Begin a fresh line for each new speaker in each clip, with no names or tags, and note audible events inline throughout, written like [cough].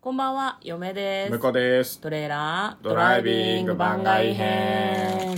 こんばんは、嫁です
向。こうです。
トレーラード
ドライビング番外編。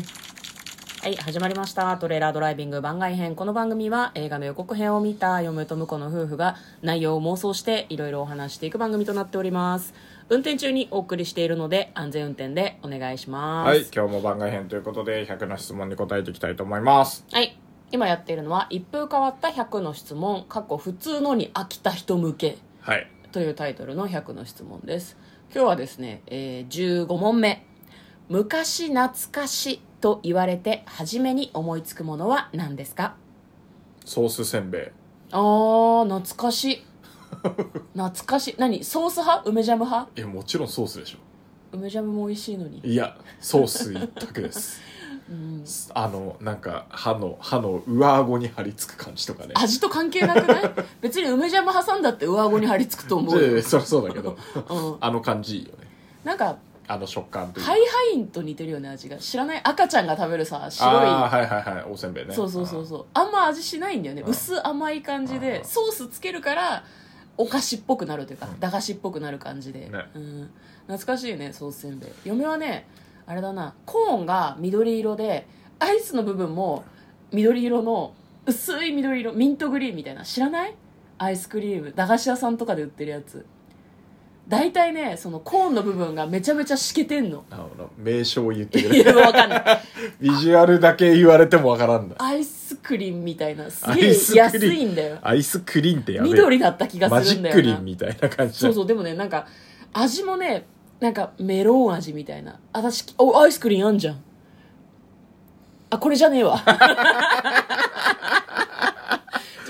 はい、始まりました。トレーラードライビング番外編。この番組は映画の予告編を見た嫁と婿の夫婦が内容を妄想していろいろお話していく番組となっております。運転中にお送りしているので安全運転でお願いします。
はい、今日も番外編ということで、100の質問に答えていきたいと思います。
はい。今やっているのは、一風変わった100の質問、過去普通のに飽きた人向け
はい。
というタイトルの100の質問です。今日はですね、えー15問目。昔懐かしと言われて初めに思いつくものは何ですか
ソースせんべい。
あー、懐か
[laughs]
しい。懐かしい。何ソース派梅ジャム派
え、もちろんソースでしょ。
梅ジャムも美味しいのに。
いや、ソース一択です。
[laughs] うん
あの、なんか、歯の、歯の上顎に張り付く感じとかね。
味と関係なくない別に梅ジャム挟んだって上顎に張り付くと思うよ。
で、そりゃそうだけど、
うん、
あの感じいいよね。
なんか
あの食感というか
ハイハインと似てるよね味が知らない赤ちゃんが食べるさ
ああ、
白
はいはいはい。おせんべい
い
ね。
そうそうそうそうあんま味しないんだよね
うん
薄甘い感じ
う
で
ん
ソースつけるからお菓子っぽくなるというか
うん
駄菓子っぽくなる感じで、
ね
うん、懐かしいねソースせんべい嫁はねあれだなコーンが緑色でアイスの部分も緑色の薄い緑色ミントグリーンみたいな知らないアイスクリーム駄菓子屋さんとかで売ってるやつ大体ねそのコーンの部分がめちゃめちゃしけてんの
あの、名称を言ってく
い
れ。
や、
[laughs]
わかんない。
ビジュアルだけ言われてもわからんだ。
アイスクリーンみたいな、す
ア
げえ
イスクリーン
安いんだよ。
アイスクリーンってやべえ。
緑だった気が
マ
す
ジ
るんだ
ックリ
よ
ン
な。
みたいな感じだ
そうそう、でもね、なんか、味もね、なんかメロン味みたいな。あ私、お、アイスクリーンあんじゃん。あ、これじゃねえわ。 [laughs]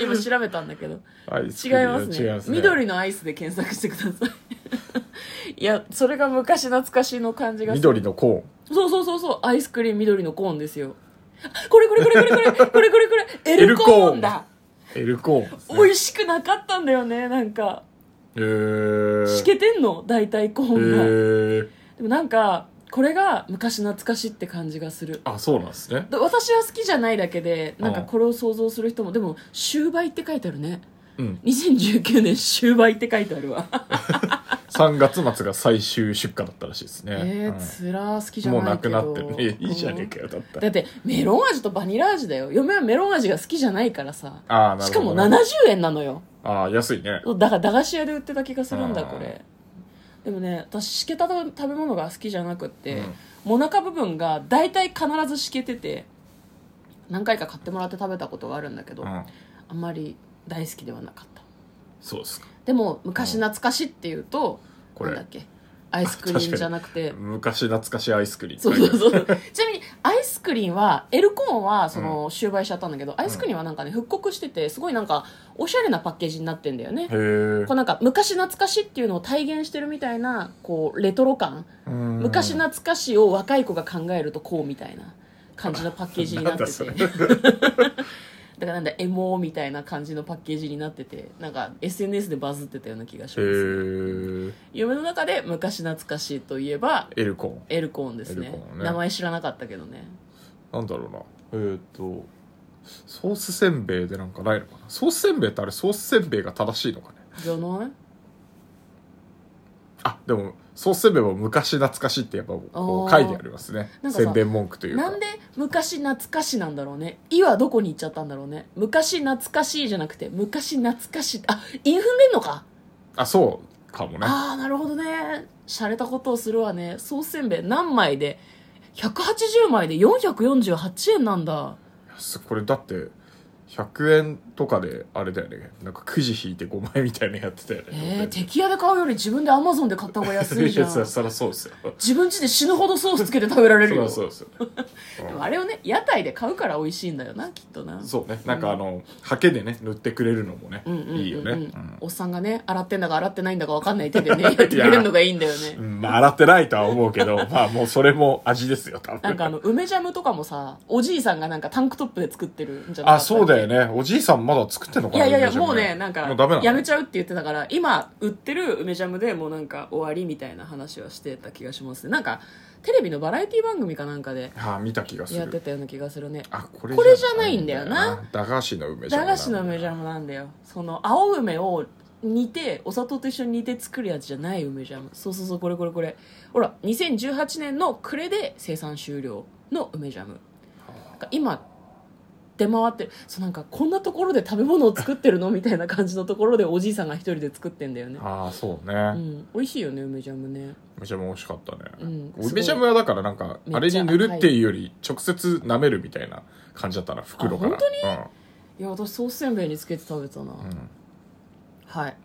今調べたんだけど。
アイス
違
ク
い
リーン
ますね。
違いますね。
緑のアイスで検索してください。い [laughs] や、それが昔懐かしの感じがする
緑のコ
そうそうそうそう、アイスクリーム緑のコーンですよ。あこれこれこれこれこれ、これこれこ
[laughs]
れ、エルコーンだ。
ーン。エルコーン。
美味しくなかったんだよね、なんか。
えー。
しけてんの大体コーンが。
えー。
でもなんか、これが昔懐かしって感じがする。
あ、そうなんですね。
で私は好きじゃないだけで、なんか
うん
これを想像する人も、でも、終売って書いてあるね。
うん。
2019年終売って書いてある
[laughs]
わ。
3月末が最終出荷だったらしいですね。
え
う
ー、
ん
つらー好きじゃな
も
いうけど。
なくなってるね。いいじゃねえかよ、だっ
うん
た
だ
ら。
って、メロン味とバニラ味だよ。嫁はメロン味が好きじゃないからさ。
ああ、な
し
る
かも
ほど、ね。
70円なのよ
ああ、安いね。
だから駄菓子屋で売ってた気がするんだ
あー
これでもね私しけた食べ物が好きじゃなくって、
うん
もなか部分が大体必ずしけてて何回か買ってもらって食べたことがあるんだけど、
う
あ
ん。
んまり大好きではなかった
そうですか。
でも昔懐かしっていうと、
こ
なんだ
れ
っ。けアイスクリーンじゃなくて
昔懐かしいアイスクリーン。
そうそう [laughs] そうちなみにアイスクリーンはエルコーンはその終売しちゃったんだけど、アイスクリーンはなんかね復刻しててすごいなんかおしゃれなパッケージになってんだよね
へー
こうなんか昔懐かしっていうのを体現してるみたいなこうレトロ感
うん
昔懐かしを若い子が考えるとこうみたいな感じのパッケージになってて
なん
[laughs] だからなんだエモーみたいな感じのパッケージになっててなんか SNS でバズってたような気がし
へ
ます
ー
夢の中で昔懐かしといえば
エルコーン。
エルコーンですね
エルコーンね
名前知らなかったけど
[laughs]
ね
なんだろうな。えーっ、と、ソースせんべいでなんかないのかな。ソースせんべいってあれ、ソースせんべいが正しいのかね。
じゃない
あ、でも、ソースせんべいも昔懐かしいってやっぱこ
あー
う書いてありますね
な。んかさ
せんべい文句というか。
なんで昔懐かしなんだろうね「い」はどこに行っちゃったんだろうね昔懐かしいじゃなくて昔懐かしいあイン踏んでんのか
あ、そうかもね。
ああなるほどね洒落たことをするわねそうせんべい何枚で180枚で448円なんだ
すこれだって、100円とかであれだよね。なんかくじ引いて5枚みたいなのやってたよね。
えー、敵屋で買うより自分でアマゾンで買った方が安いじゃん
いや [laughs] そりゃそうですよ。
自分家で死ぬほどソースつけて食べられ
そ
る
り
よ
ゃそうですよ、
でもあれをね屋台で買うから美味しいんだよなきっとな
そうね。なんかあの、ハケでね、塗ってくれるのもね、
うんうんうんうん
いいよね。うん
おっさんがね洗ってんだか洗ってないんだか分かんない手で
[laughs]
ねやってくれるのがいいんだよね
うん、まあ洗ってないとは思う
[laughs]
けど、まあもうそれも味ですよ、多分。
なんかあの梅ジャムとかもさおじいさんがなんかタンクトップで作ってるんじゃなか
あ、
った
そうだよ
ね
ね。おじいさんまだ作ってんの
い
かな
やいやいや
梅ジャム
もうねなんか
もうダメなの
やめちゃうって言ってたから今売ってる梅ジャムでもうなんか終わりみたいな話はしてた気がしますねなんかテレビのバラエティ番組かなんかで
はあ、見た気がす
やって
る。
たような気がするね
あ、これ
これじゃないんだよな。
駄菓子の梅ジャ
駄
ムなんだよな。
菓子の梅ジャムなんだよその青梅を煮てお砂糖と一緒に煮て作るやつじゃない梅ジャムそうそうそうこれこれこれほら2018年の暮れで生産終了の梅ジャムなんか今出回ってるそうなんかこんなところで食べ物を作ってるのみたいな感じのところでおじいさんが一人で作ってんだよね
ああそ
う
うね、
ん美味しいよね梅ジャムね
めちゃめちゃ美味しかったね、
うん
梅ジャムはだからなんか
めっちゃ
あれに塗るっていうより直接舐めるみたいな感じだったな袋から
あ本いや私ソースせんべいにつけて食べたな、
当に、うん
はい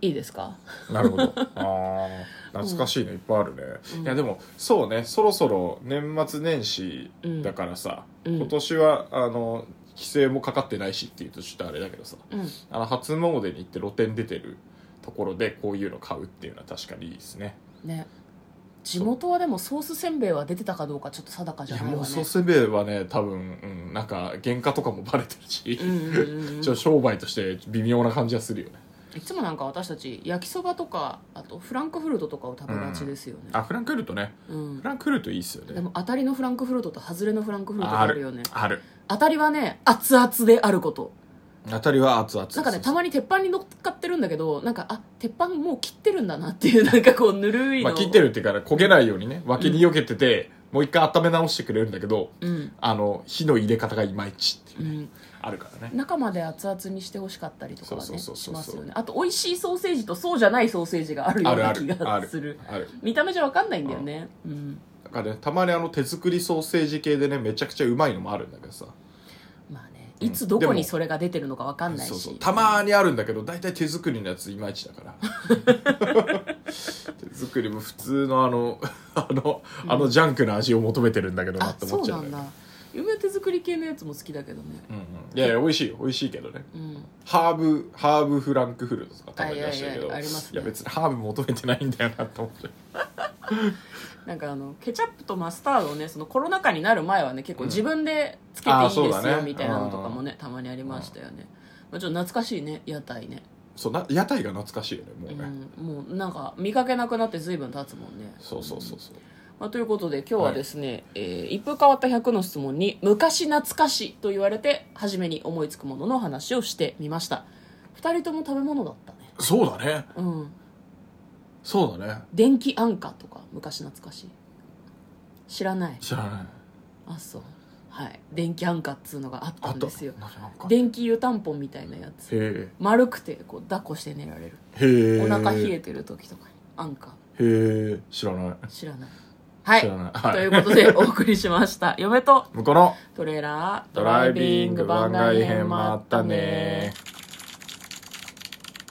いいですか
なるほどあー懐かしいねいっぱいあるね、
うん
いやでもそうねそろそろ年末年始だからさ、
うん
今年はあの規制もかかってないしっていうとちょっとあれだけどさ
うん
あの初詣に行って露店出てるところでこういうの買うっていうのは確かにいいですね
ね地元はでもソースせんべいは出てたかどうかちょっと定か
い
じゃ
や
ない
も
わ
う
ね
そうすべはね多分、うん、なんか原価とかもバレてるし、
うんうんうんうん
ちょっと商売として微妙な感じはするよね
いつもなんか私たち焼きそばとかあとフランクフルトとかを食べがちですよね、
あフランクフルトね
うん
フランクフルトいいっすよ
で
ね
も当たりのフランクフルトと外れのフランクフルトがあるよね
ある
当たりはね熱々であること
当たりは熱々
なんかねたまに鉄板に乗っかってるんだけどなんかあ鉄板もう切ってるんだなっていうなんかこうぬるいの
まあ、切ってるっていうから焦げないようにね脇に避けてて、もう一回温め直してくれるんだけど
うん、
あの火の入れ方がいまいちっていううね、
ん、
あるからね
中まで熱々にしてほしかったりとかは
そう
ね
そう
し
そうそ
ま
う
すよねあと美味しいソーセージとそうじゃないソーセージがあるよ
あ
う
る
な
あ
気
るあ
が
る
する
ある
見た目じゃ分かんないんだよねうん
だからねたまにあの手作りソーセージ系でねめちゃくちゃうまいのもあるんだけどさ
まあね
うん
いつどこ
でも
にそれが出てるのか分かんないし
そうそうたまにあるんだけど大体手作りのやついまいちだから
[laughs]
手作りも普通のあのあのあのジャンクな味を求めてるんだけどな
あ
って
そ
思っ
う
ちゃ
な
うんんだ
だ
よね
夢手作り系のやつも好きだけどね
うんうんいやいや美味しいよ美味しいけどね
うん
ハーブ、ハーブフランクフルトとか食べましたけど。
あいやいやいやありますね
いや別にハーブ求めてないんだよなと思って。
なんかあのケチャップとマスタードをねそのコロナ禍になる前はね結構
うん
自分でつけてい
あ
いで
ー
す
そう
よ、
だね
みたいなのとかもねたまにありましたよね、まあ、ちょっと懐かしいね屋台ね
そう、な、屋台が懐かしいよね、もう
う
ね。
ん、もうなんか見かけなくなって随分経つもんね
そうそうそうそう。
まあ、ということで今日はですね、えー一風変わった100の質問に「昔懐かし」と言われて初めに思いつくものの話をしてみました2人とも食べ物だったね
そうだね。
うん
そうだね。
電気安価とか昔懐かしい知らない
知らない。
あそうはい電気安価っつうのがあったんですよ
なんかへ
電気湯たんぽみたいなやつ
え。
丸くてこう抱っこして寝られる
へえ。
お腹冷
へ
えてる時とかに安価
え。知らない。
知らないはい
知らないはい
ということでお送りしました嫁と
向こうの
トレーラード
ドライビング番外編もあったね